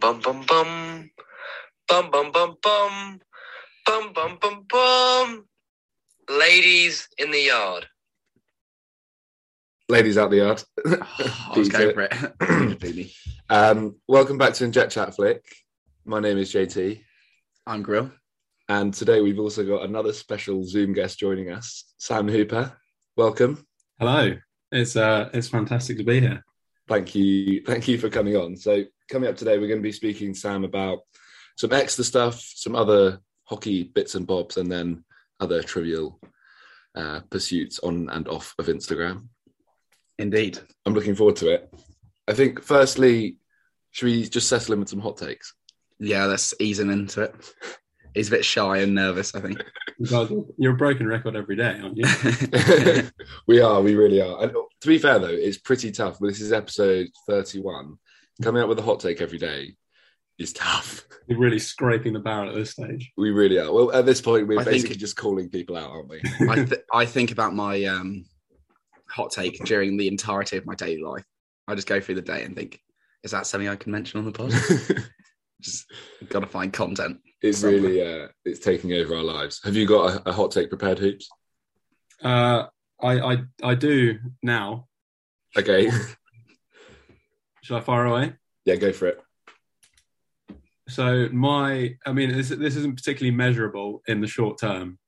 Bum bum bum. Bum bum bum bum. Bum bum bum bum. Ladies in the yard. Ladies out the yard. Oh, I was going for it. Beat me. Um, welcome back to Inject Chat Flick. My name is JT, I'm Grill. and today we've also got another special Zoom guest joining us, Sam Hooper. Welcome. Hello. It's uh it's fantastic to be here. Thank you. Thank you for coming on. So, coming up today, we're going to be speaking, Sam, about some extra stuff, some other hockey bits and bobs, and then other trivial uh, pursuits on and off of Instagram. Indeed. I'm looking forward to it. I think, firstly, should we just settle in with some hot takes? Yeah, that's easing into it. He's a bit shy and nervous, I think. You guys- You're a broken record every day, aren't you? we are, we really are. And to be fair though, it's pretty tough. But this is episode 31. Coming up with a hot take every day is tough. You're really scraping the barrel at this stage. We really are. Well, at this point, we're I think- basically just calling people out, aren't we? I, th- I think about my um, hot take during the entirety of my daily life. I just go through the day and think, is that something I can mention on the pod? just got to find content. it's really, uh, it's taking over our lives. Have you got a, a hot take prepared, Hoops? Uh I I, I do now. Okay, Should I fire away? yeah, go for it. So my I mean this this isn't particularly measurable in the short term.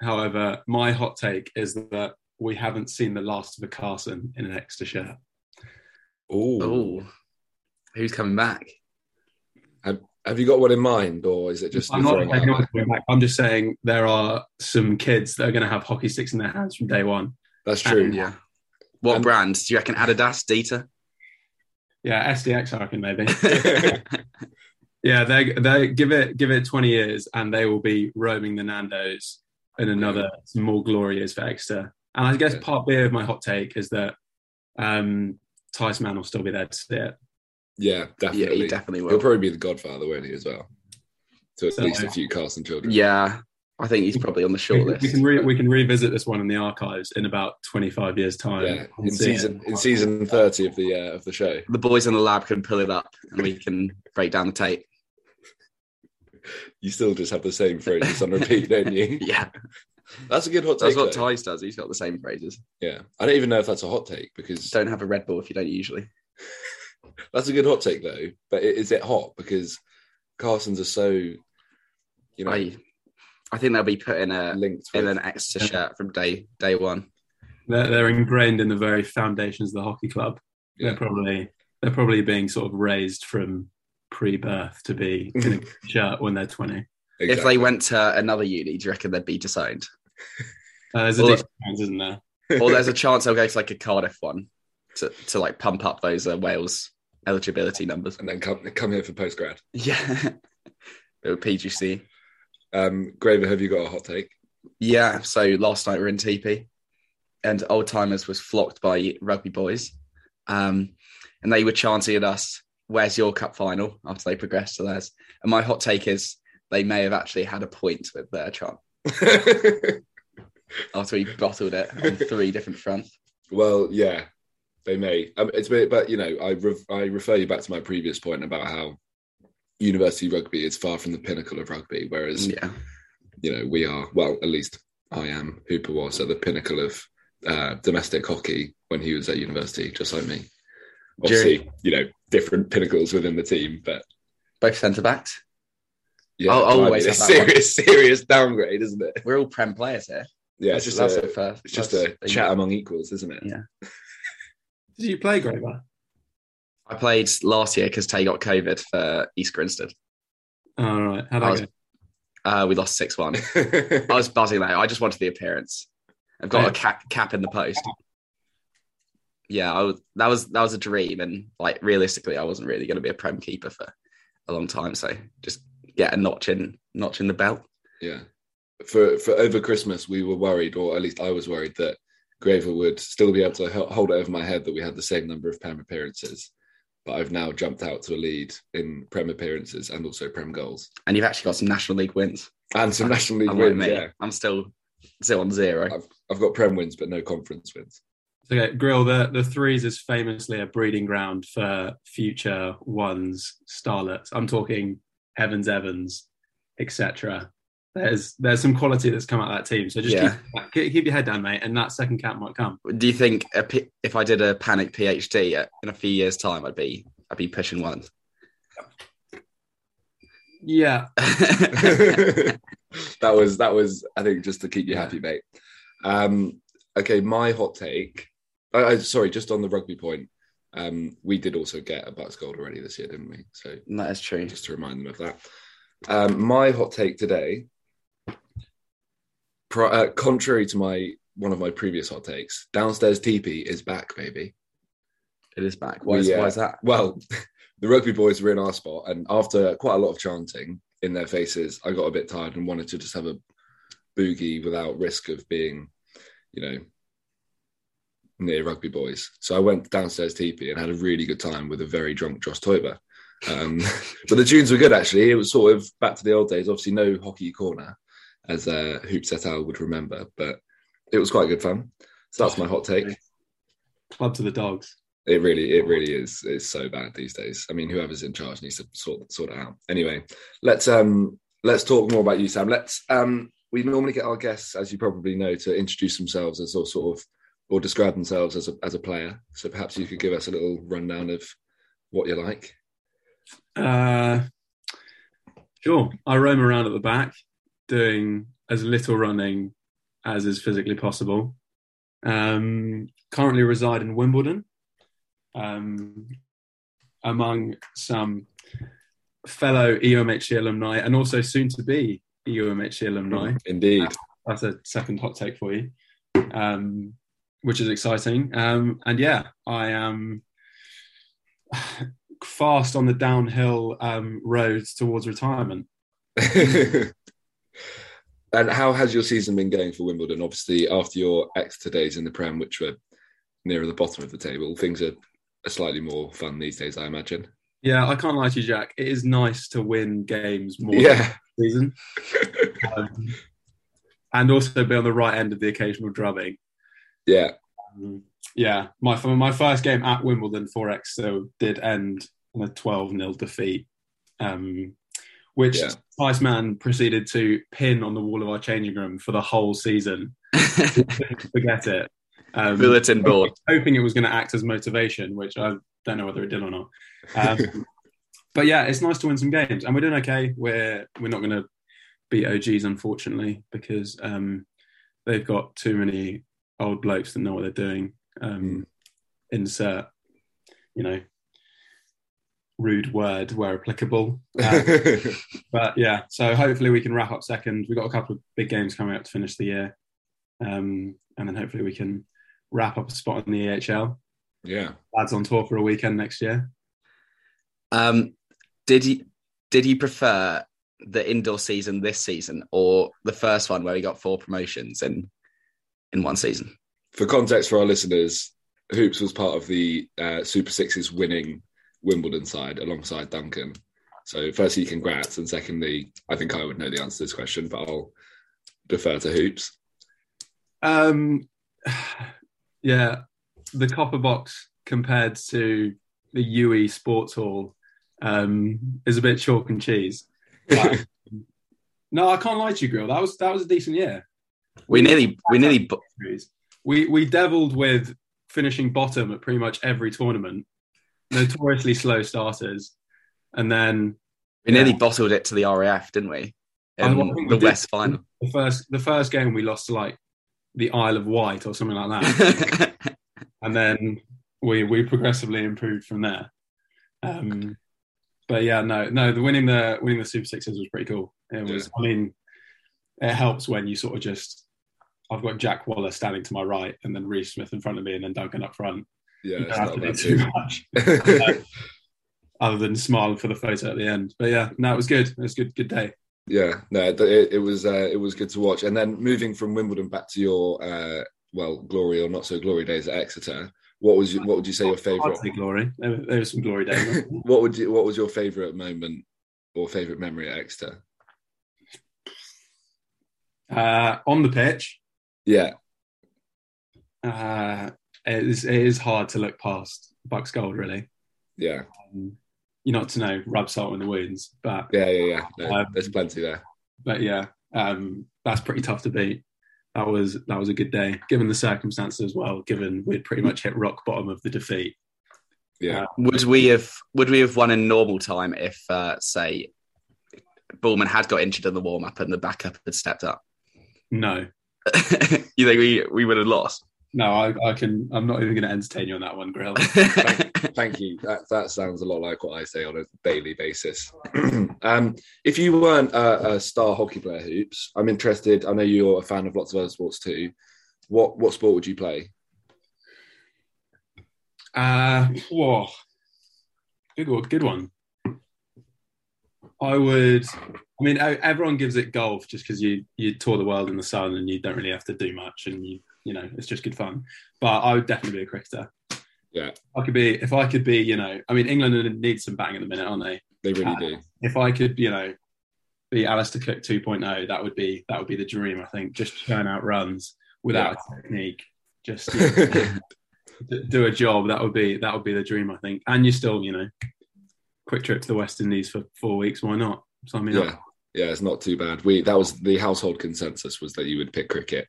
However, my hot take is that we haven't seen the last of a Carson in an extra shirt. Oh, Oh, who's coming back? have you got one in mind, or is it just? I'm you not, throwing I'm it out? not going back. I'm just saying there are some kids that are going to have hockey sticks in their hands from day one. That's true. Yeah. What Um, brand? Do you reckon Adidas, Dita? Yeah, SDX, I reckon maybe. Yeah, they they give it give it twenty years, and they will be roaming the Nando's in another some more glory years for Exeter. And I guess Yeah. part B of my hot take is that um, Tice Mann will still be there to see it. Yeah, yeah, definitely. he definitely He'll will. probably be the Godfather, won't he, as well? To at So- least a few Carson children. yeah, I think he's probably on the short We, list. we can re- we can revisit this one in the archives in about twenty five years time. yeah. and In see season it. in season thirty of the uh, of the show. the boys in the lab can pull it up and we can break down the tape. You still just have the same phrases on repeat, don't you? Yeah, That's a good hot take. that's what though. Ty's does. He's got the same phrases. yeah, I don't even know if that's a hot take because Don't have a Red Bull if you don't usually. that's a good hot take though. But i- is it hot because Carson's are so, you know, I, I think they'll be put in a linked with in an extra shirt from day day one. They're, they're ingrained in the very foundations of the hockey club. Yeah. They're probably they're probably being sort of raised from pre birth to be in a shirt when they're twenty. If they went to another uni, do you reckon they'd be disowned? Uh, there's a Well, different chance, isn't there? Or there's a chance they'll go to like a Cardiff one to to like pump up those uh, Wales eligibility numbers. and then come come here for post grad. Yeah, Or PGC. Um, Graver, have you got a hot take? Yeah, so last night we were in TP and old timers was flocked by rugby boys. Um, and they were chanting at us, Where's your cup final? after they progressed to theirs. And my hot take is they may have actually had a point with their chant after we bottled it on three different fronts. Well, yeah, they may. Um, it's weird, but you know, I re- I refer you back to my previous point about how university rugby is far from the pinnacle of rugby, whereas Yeah. you know we are. Well, at least I am. Hooper was at the pinnacle of uh, domestic hockey when he was at university, just like me. Obviously, you know, different pinnacles within the team, but Both centre backs. yeah, I'll- I'll blimey, always it's have that one. serious, serious downgrade, isn't it? We're all Prem players here. Yeah, That's it's just that's a, the first- it's just that's a the- chat among equals, isn't it? Yeah. Did you play Graver? I played last year because Tay got COVID for East Grinstead. All right. How'd I that was- go? Uh, we lost 6 1. I was buzzing there. I just wanted the appearance. I've got a cap, cap in the post. Yeah, I was, that was that was a dream, and like realistically, I wasn't really going to be a prem keeper for a long time. So just get a notch in, notch in the belt. Yeah. For for over Christmas, we were worried, or at least I was worried, that Graver would still be able to hel- hold it over my head that we had the same number of Prem appearances. But I've now jumped out to a lead in Prem appearances and also Prem goals And you've actually got some National League wins. and some National League I'm wins. like me. Yeah, I'm still still on zero. I've got Prem wins, but no conference wins. Okay, Grill, the, the threes is famously a breeding ground for future ones, starlets. I'm talking Evans Evans, etc. There's there's some quality that's come out of that team. So just Yeah. keep, keep, keep your head down, mate, and that second cap might come. Do you think a P- if I did a panic PhD uh, in a few years' time, I'd be I'd be pushing one? Yeah. that was that was I think just to keep you happy, mate. Um, okay, my hot take. I, I, sorry, just on the rugby point. Um, we did also get a Bucks gold already this year, didn't we? So that is true. just to remind them of that. Um, my hot take today, pro- uh, contrary to my one of my previous hot takes, downstairs teepee is back, baby. It is back. Why is, We, uh, why is that? Well, the rugby boys were in our spot, and after quite a lot of chanting in their faces, I got a bit tired and wanted to just have a boogie without risk of being, you know, near rugby boys. So I went downstairs teepee and had a really good time with a very drunk Josh Toiber. Um, but the tunes were good actually. It was sort of back to the old days. Obviously, no hockey corner, as uh, Hoops et al. would remember, but it was quite good fun. So that's my hot take. Club to the dogs. It really, it really is. It's so bad these days. I mean, whoever's in charge needs to sort sort it out. Anyway, let's um let's talk more about you, Sam. Let's um we normally get our guests, as you probably know, to introduce themselves as or sort of or describe themselves as a as a player. So perhaps you could give us a little rundown of what you're like. Uh, sure. I roam around at the back, doing as little running as is physically possible. Um, currently reside in Wimbledon, um, among some fellow E EUMHC alumni and also soon to be E EUMHC alumni. Indeed. That's a second hot take for you, um, which is exciting. Um, and yeah, I am fast on the downhill um, road towards retirement. and how has your season been going for Wimbledon? Obviously, after your Exeter days in the Prem, which were nearer the bottom of the table, things are slightly more fun these days, I imagine. Yeah, I can't lie to you, Jack. It is nice to win games more than Yeah, the season, um, and also be on the right end of the occasional drubbing. yeah. Um, yeah, my f- my first game at Wimbledon for Exeter did end on a 12 0 defeat, um, which Yeah. Spice Man proceeded to pin on the wall of our changing room for the whole season. Forget it. Um, Bulletin board. hoping it was going to act as motivation, which I don't know whether it did or not. Um, but yeah, it's nice to win some games, and we're doing okay. We're we're not going to beat OGs unfortunately because um, they've got too many old blokes that know what they're doing. Um, Insert, you know, rude word where applicable. Uh, but yeah, so hopefully we can wrap up second. We've got a couple of big games coming up to finish the year, um, and then hopefully we can wrap up a spot in the EHL. yeah. Lads on tour for a weekend next year. Um, did you did you prefer the indoor season this season or the first one where we got four promotions in in one season? For context for our listeners, Hoops was part of the uh, Super Sixes winning Wimbledon side alongside Duncan. So, firstly, congrats. And secondly, I think I would know the answer to this question, but I'll defer to Hoops. Um, yeah, the Copper Box compared to the UE Sports Hall um, is a bit chalk and cheese. But- no, I can't lie to you, Grill. That was that was a decent year. We nearly we nearly bo- We we deviled with finishing bottom at pretty much every tournament, notoriously slow starters, and then we nearly bottled it to the RAF, didn't we? I In don't think the we did. West final. the first the first game we lost to like the Isle of Wight or something like that, and then we we progressively improved from there. Um, but yeah, no, no, the winning the winning the Super Sixes was pretty cool. It was, I mean, it helps when you sort of just. I've got Jack Waller standing to my right, and then Reece Smith in front of me, and then Duncan up front. Yeah, you it's don't not have to a do bad too team. much other than smile for the photo at the end. But yeah, no, it was good. It was a good, good day. Yeah, no, th- it, it was uh, it was good to watch. And then moving from Wimbledon back to your uh, well glory or not so glory days at Exeter, what was your, what would you say your I'd favourite? say glory. There, were- there was some glory days. what would you what was your favourite moment or favourite memory at Exeter? uh, on the pitch, Yeah, uh, it is, it is hard to look past Bucks Gold, really. Yeah, Um, you're not to know rub salt in the wounds, but yeah, yeah, yeah. No, Um, there's plenty there. but yeah, um, that's pretty tough to beat. That was that was a good day, given the circumstances as well. Given we'd pretty much hit rock bottom of the defeat. Yeah, Would we have would we have won in normal time if uh, say Bullman had got injured in the warm up and the backup had stepped up? No, you think we, we would have lost? no, I, I can. I'm not even going to entertain you on that one, Grill. thank you. That that sounds a lot like what I say on a daily basis. um, if you weren't a, a star hockey player, hoops, I'm interested. I know you're a fan of lots of other sports too. What what sport would you play? Uh, whoa. Good one. Good one. I would. I mean, e- everyone gives it golf just because you you tour the world in the sun and you don't really have to do much, and you you know it's just good fun. But I would definitely be a cricketer. Yeah. I could be if I could be. You know, I mean, England needs some batting at the minute, aren't they? They really Uh, do. If I could, you know, be Alistair Cook 2.0, that would be that would be the dream. I think just churn out runs without a technique. Just you know, d- do a job. That would be that would be the dream, I think. And you still, you know, quick trip to the West Indies for four weeks. Why not? Sign me yeah, up. yeah, it's not too bad. We that was the household consensus was that you would pick cricket.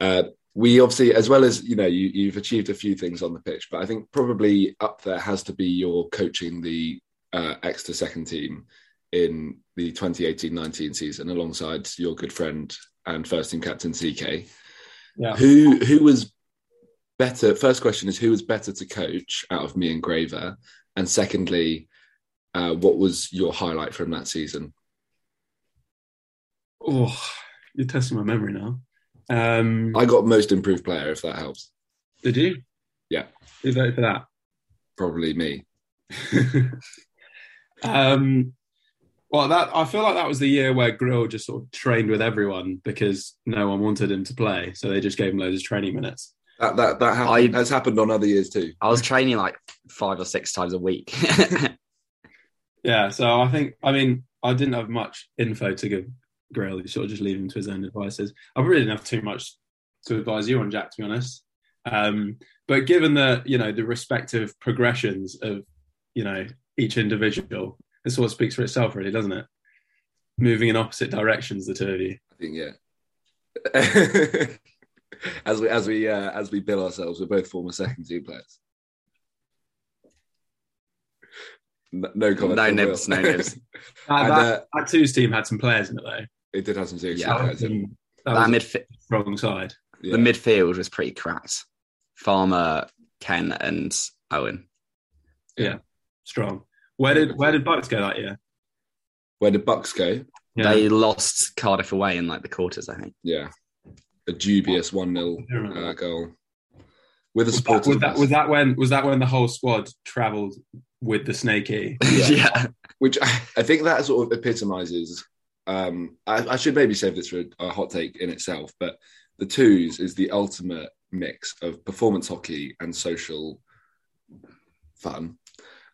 Uh, we obviously, as well as you know, you, you've achieved a few things on the pitch, but I think probably up there has to be your coaching the uh, Exeter second team in the 2018-19 season alongside your good friend and first team captain CK. Yeah. Who who was better? First question is who was better to coach out of me and Graver, and secondly, uh, what was your highlight from that season? Oh, you're testing my memory now. Um, I got most improved player, if that helps. did you? Yeah. Who voted for that? Probably me. um, well, that I feel like that was the year where Grill just sort of trained with everyone because no one wanted him to play, so they just gave him loads of training minutes. That that that happened, has happened on other years too. I was training like five or six times a week. Yeah, so I think I mean I didn't have much info to give Grail. You sort of just leave him to his own devices. I really didn't have too much to advise you on, Jack, to be honest. Um, but given the you know the respective progressions of you know each individual, it sort of speaks for itself, really, doesn't it? Moving in opposite directions, the two of you. I think yeah. as we as we uh, as we bill ourselves, we're both former second team players. No, no comment. No from Will. nibs, no nibs. That, And, uh, that, that two's team had some players in it though. it did have some serious Yeah. players in it. That that was midf- the wrong side. Yeah. The midfield was pretty cracked. Farmer, Ken, and Owen. Strong. Where did where did Bucks go that year? Where did Bucks go? Yeah, They lost Cardiff away in like the quarters, I think. Yeah, a dubious one 0 I don't remember. uh, goal with a was that, was supporter. that was that when was that when the whole squad travelled with the E? snaky? Yeah. which I, I think that sort of epitomizes. Um, I, I should maybe save this for a, a hot take in itself, but the twos is the ultimate mix of performance hockey and social fun.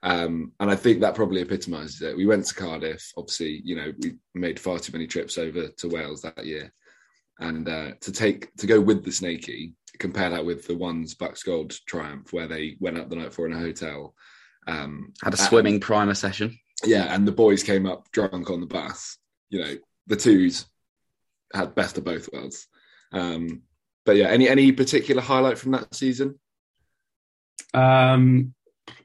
Um, and I think that probably epitomizes it. We went to Cardiff, obviously, you know, we made far too many trips over to Wales that year. And uh, to take to go with the snaky, compare that with the ones Bucks Gold triumph, where they went up the night before in a hotel. Um, Had a and- swimming primer session. yeah, and the boys came up drunk on the bus. You know, the twos had best of both worlds. Um, but yeah, any any particular highlight from that season? Um,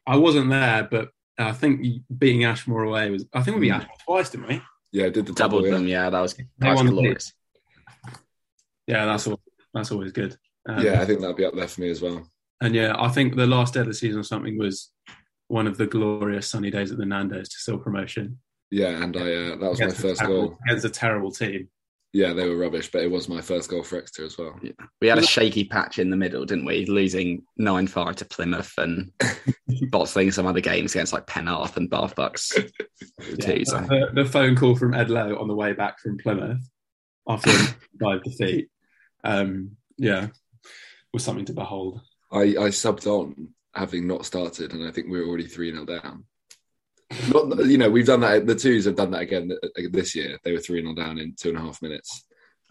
I wasn't there, but I think beating Ashmore away was. I think we beat Mm. Ashmore twice, didn't we? Yeah, did the Doubled double, them, yeah. That was, They that was won the glorious. Yeah, that's all. That's always good. Um, Yeah, I think that'd be up there for me as well. and yeah, I think the last day of the season or something was one of the glorious sunny days at the Nando's to still promotion. Yeah, and I uh, that was my Against a first terrible- goal. against a terrible team. Yeah, they were rubbish, but it was my first goal for Exeter as well. We had a shaky patch in the middle, didn't we? Losing 9 5 to Plymouth and bottling some other games against like Penarth and Bath Bucks. Yeah, Twos, I think. the, the phone call from Ed Lowe on the way back from Plymouth after a dive defeat. Um, yeah, was something to behold. I, I subbed on having not started, and I think we were already 3 0 down. Not, you know, we've done that. The twos have done that again th- this year. They were 3 0 down in two and a half minutes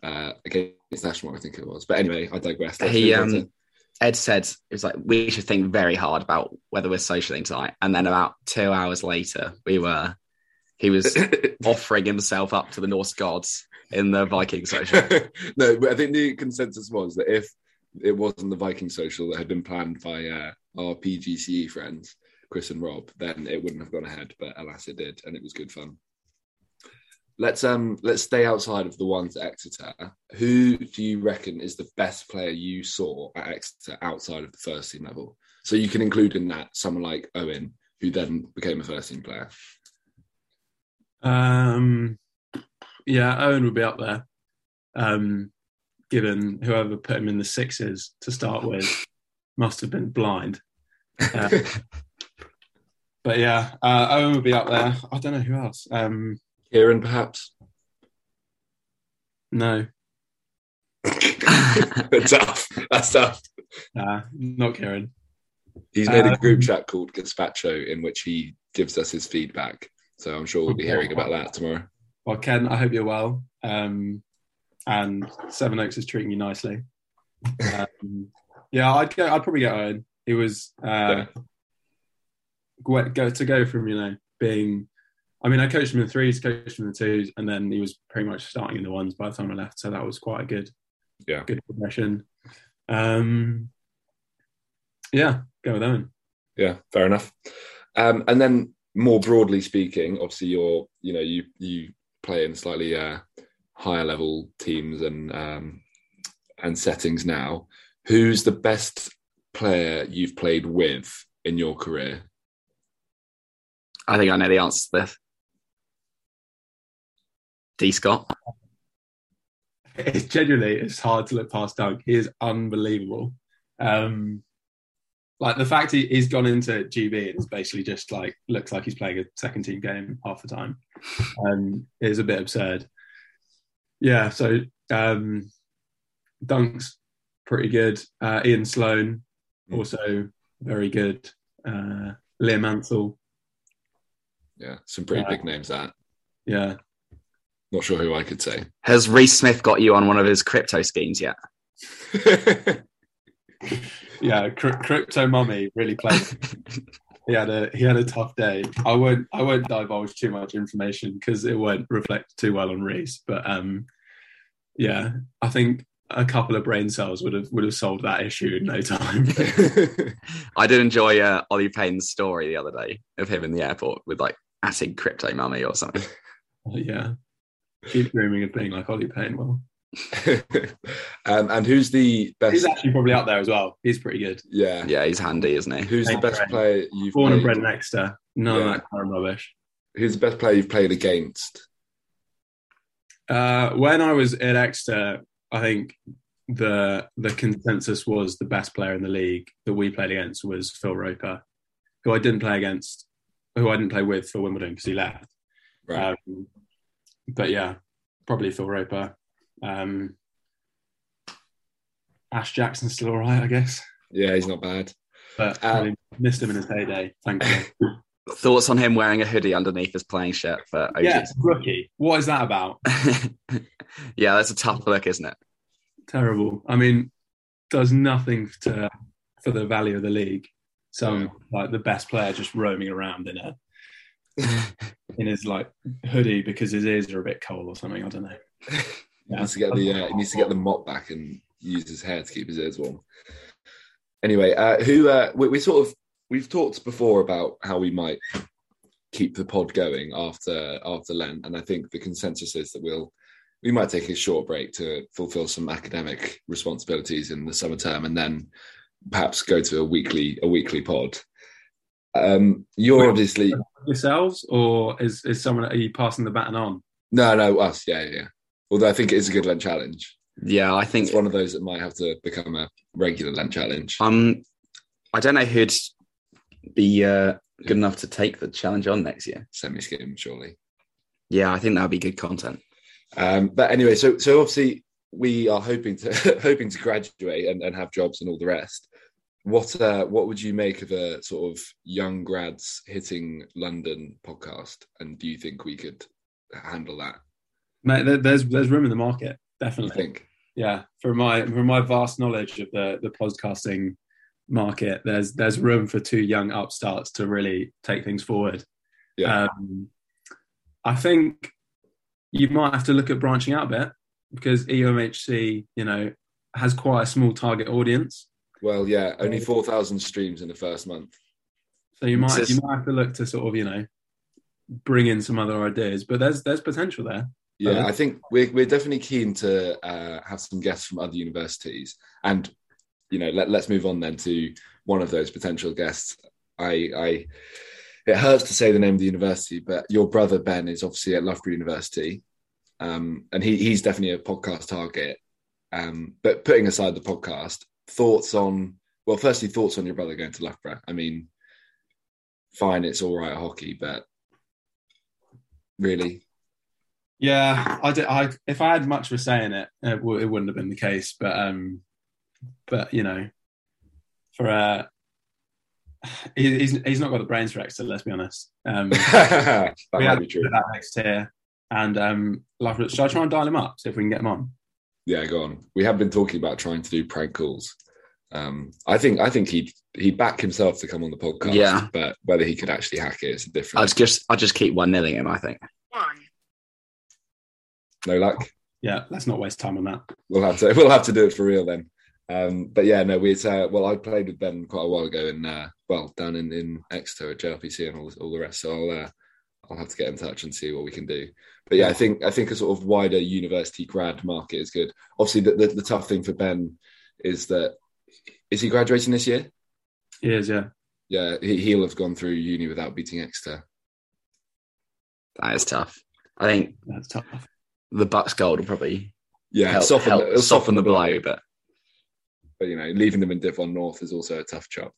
uh, against Ashmore, I think it was. But anyway, I digress. Let's He, move on um, to- Ed said it was like we should think very hard about whether we're socialing tonight. And then about two hours later, we were. He was offering himself up to the Norse gods in the Viking social. no, but I think the consensus was that if it wasn't the Viking social that had been planned by uh, our PGCE E friends, Chris and Rob, then it wouldn't have gone ahead. But alas, it did, and it was good fun. Let's um let's stay outside of the ones at Exeter. Who do you reckon is the best player you saw at Exeter outside of the first team level? So you can include in that someone like Owen, who then became a first team player. Um, yeah, Owen would be up there. Um, given whoever put him in the sixes to start with must have been blind. Uh, but yeah, uh, Owen would be up there. I don't know who else. Um, Kieran, perhaps. no, That's tough. That's tough. nah, not Kieran. He's made a Um, group chat called Gazpacho in which he gives us his feedback. So I'm sure we'll be hearing about that tomorrow. Well, Ken, I hope you're well. Um, and Seven Oaks is treating you nicely. Um, yeah, I'd go. I'd probably go Owen. He was uh, go, go to go from you know being. I mean, I coached him in threes, coached him in twos, and then he was pretty much starting in the ones by the time I left. So that was quite a good, Yeah. good progression. Um, yeah, go with Owen. Yeah, fair enough. Um, and then more broadly speaking, obviously you're you know you you play in slightly uh, higher level teams and um, and settings now. Who's the best player you've played with in your career? I think I know the answer to this. D Scott. it's genuinely it's hard to look past Doug. He is unbelievable. Um, like the fact he, he's gone into GB and is basically just like looks like he's playing a second team game half the time um, is a bit absurd. Yeah, so um, Dunk's pretty good. Uh, Ian Sloan also very good. Uh, Liam Ansell, Yeah, some pretty Yeah. big names. That yeah. not sure who I could say. Has Reese Smith got you on one of his crypto schemes yet? yeah, cr- crypto mummy really played. he had a he had a tough day. I won't I won't divulge too much information because it won't reflect too well on Reese. But um, yeah, I think a couple of brain cells would have would have solved that issue in no time. I did enjoy uh, Ollie Payne's story the other day of him in the airport with like acid crypto mummy or something. yeah, keep dreaming of being like Ollie Payne. Well, um, and who's the best? he's actually probably up there as well. He's pretty good. Yeah, Yeah, he's handy, isn't he? who's the Thank best you. player you've Born and played- bred in Exeter. None Yeah. of that kind of rubbish. Who's the best player you've played against? Uh, when I was at Exeter, I think the the consensus was the best player in the league that we played against was Phil Roper, who I didn't play against, who I didn't play with for Wimbledon because he left. Right. Um, but yeah, probably Phil Roper. Um, Ash Jackson's still all right, I guess, yeah, he's not bad. but Um, really missed him in his heyday. Thank you. Thoughts on him wearing a hoodie underneath his playing shirt for yeah, OGs? rookie. What is that about? Yeah. yeah, that's a tough look, isn't it? terrible. I mean, does nothing to for the value of the league. Some like the best player just roaming around in a in his like hoodie because his ears are a bit cold or something. I don't know. He needs to get the uh, he needs to get the mop back and use his hair to keep his ears warm. Anyway, uh, who uh, we, we sort of we've talked before about how we might keep the pod going after after Lent, and I think the consensus is that we'll we might take a short break to fulfil some academic responsibilities in the summer term, and then perhaps go to a weekly a weekly pod. Um, you're obviously Yourselves or is is someone are you passing the baton on? no no us yeah yeah. yeah. Although I think it is a good Lent challenge. Yeah, I think It's one of those that might have to become a regular Lent challenge. um, I don't know who'd be uh, good enough to take the challenge on next year. Semi skim, surely. Yeah, I think that would be good content. Um, but anyway, so so obviously we are hoping to hoping to graduate and, and have jobs and all the rest. What uh, what would you make of a sort of young grads hitting London podcast? And do you think we could handle that? Mate, there, there's there's room in the market, You definitely. think? yeah, from my from my vast knowledge of the the podcasting market, there's there's room for two young upstarts to really take things forward. Yeah. Um, I think you might have to look at branching out a bit because E EOMHC, you know, has quite a small target audience. Well, yeah, only four thousand streams in the first month. So you might Just- you might have to look to sort of you know bring in some other ideas, but there's there's potential there. Yeah, Uh-huh. I think we're we're definitely keen to uh, have some guests from other universities, and you know, let, let's move on then to one of those potential guests. I, I, it hurts to say the name of the university, but your brother Ben is obviously at Loughborough University, um, and he he's definitely a podcast target. Um, but putting aside the podcast, thoughts on well, firstly, thoughts on your brother going to Loughborough. I mean, fine, it's all right at hockey, but really, Yeah, I, did, I if I had much for saying it, it, w- it wouldn't have been the case. But um, but you know, for uh, he, he's he's not got the brains for Exeter. Let's be honest. Um, that we might had be true. that next tier, and um, like, should I try and dial him up see if we can get him on? Yeah, go on. We have been talking about trying to do prank calls. Um, I think I think he'd he'd back himself to come on the podcast. Yeah. But whether he could actually hack it is a I'll different just I'll just keep one nilling him. I think. One. no luck. Yeah, let's not waste time on that. We'll have to we'll have to do it for real then. Um, but yeah, no, we uh, well I played with Ben quite a while ago in uh, well down in, in Exeter at JLPC and all, all the rest. So I'll uh, I'll have to get in touch and see what we can do. But yeah, I think I think a sort of wider university grad market is good. Obviously, the, the, the tough thing for Ben is that is he graduating this year? He is, yeah. yeah, he, he'll have gone through uni without beating Exeter. That is tough. I think That's tough. the Bucks gold will probably Yeah, help, soften, help it'll soften, soften the the blow, blow, but but you know, leaving them in Div One North is also a tough job.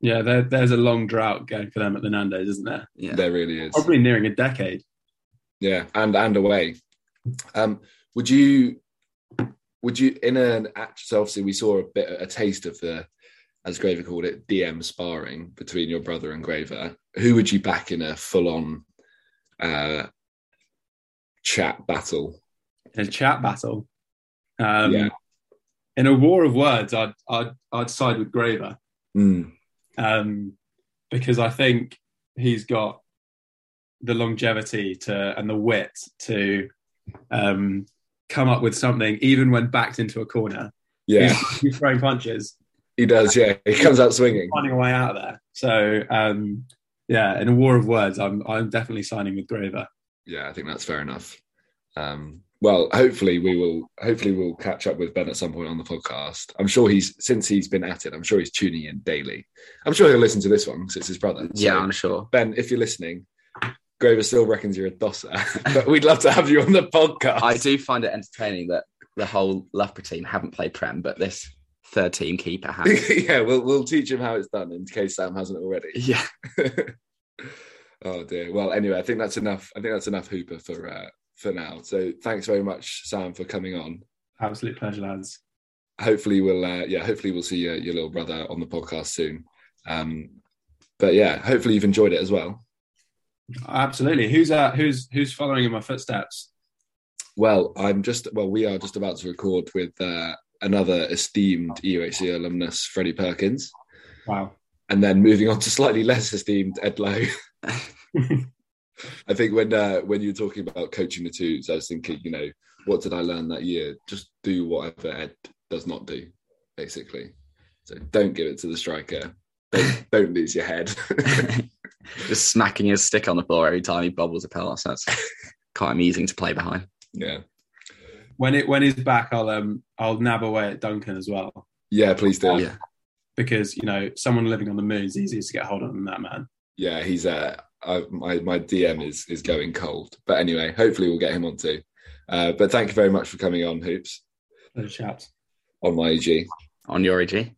Yeah, there, there's a long drought going for them at the Nando's, isn't there? yeah. There really is. Probably nearing a decade. Yeah, and and away. Um, would you? Would you in an actual? Obviously, we saw a bit a taste of the, as Graver called it, DM sparring between your brother and Graver. Who would you back in a full on, uh, chat battle? in a chat battle. Um, Yeah. In a war of words, I'd, I'd, I'd side with Graver Mm, um, because I think he's got the longevity to and the wit to um, come up with something, even when backed into a corner. Yeah, He's, he's throwing punches, he does. Yeah, he comes out swinging. finding a way out of there. So, um, yeah, in a war of words, I'm, I'm definitely signing with Graver. yeah, I think that's fair enough. Um, well, hopefully we will. Hopefully we'll catch up with Ben at some point on the podcast. I'm sure he's since he's been at it. I'm sure he's tuning in daily. I'm sure he'll listen to this one because it's his brother. So, yeah, I'm sure. Ben, if you're listening, Grover still reckons you're a dosser, but we'd love to have you on the podcast. I do find it entertaining that the whole Loughborough team haven't played Prem, but this third team keeper has. yeah, we'll we'll teach him how it's done in case Sam hasn't already. yeah, oh dear. Well, anyway, I think that's enough. I think that's enough Hooper for uh, for now. So thanks very much, Sam, for coming on. Absolute pleasure, lads. hopefully we'll uh, yeah hopefully we'll see your, your little brother on the podcast soon um but yeah hopefully you've enjoyed it as well Absolutely. Who's uh, who's who's following in my footsteps? well i'm just well we are just about to record with uh, another esteemed E EUHC alumnus freddie perkins Wow. and then moving on to slightly less esteemed ed lowe i think when uh, when you were talking about coaching the twos i was thinking you know what did i learn that year just do whatever ed does not do basically so don't give it to the striker don't, don't lose your head just smacking his stick on the floor every time he bobbles a pass. That's quite amusing to play behind. yeah when it when he's back, I'll um I'll nab away at Duncan as well Yeah, please do. Yeah, Yeah, because you know someone living on the moon's easier to get hold of than that man. he's uh, I, my my DM is is going cold. But anyway, hopefully we'll get him on too. Uh, but thank you very much for coming on, Hoops, Those chaps. on my EG. on your E EG.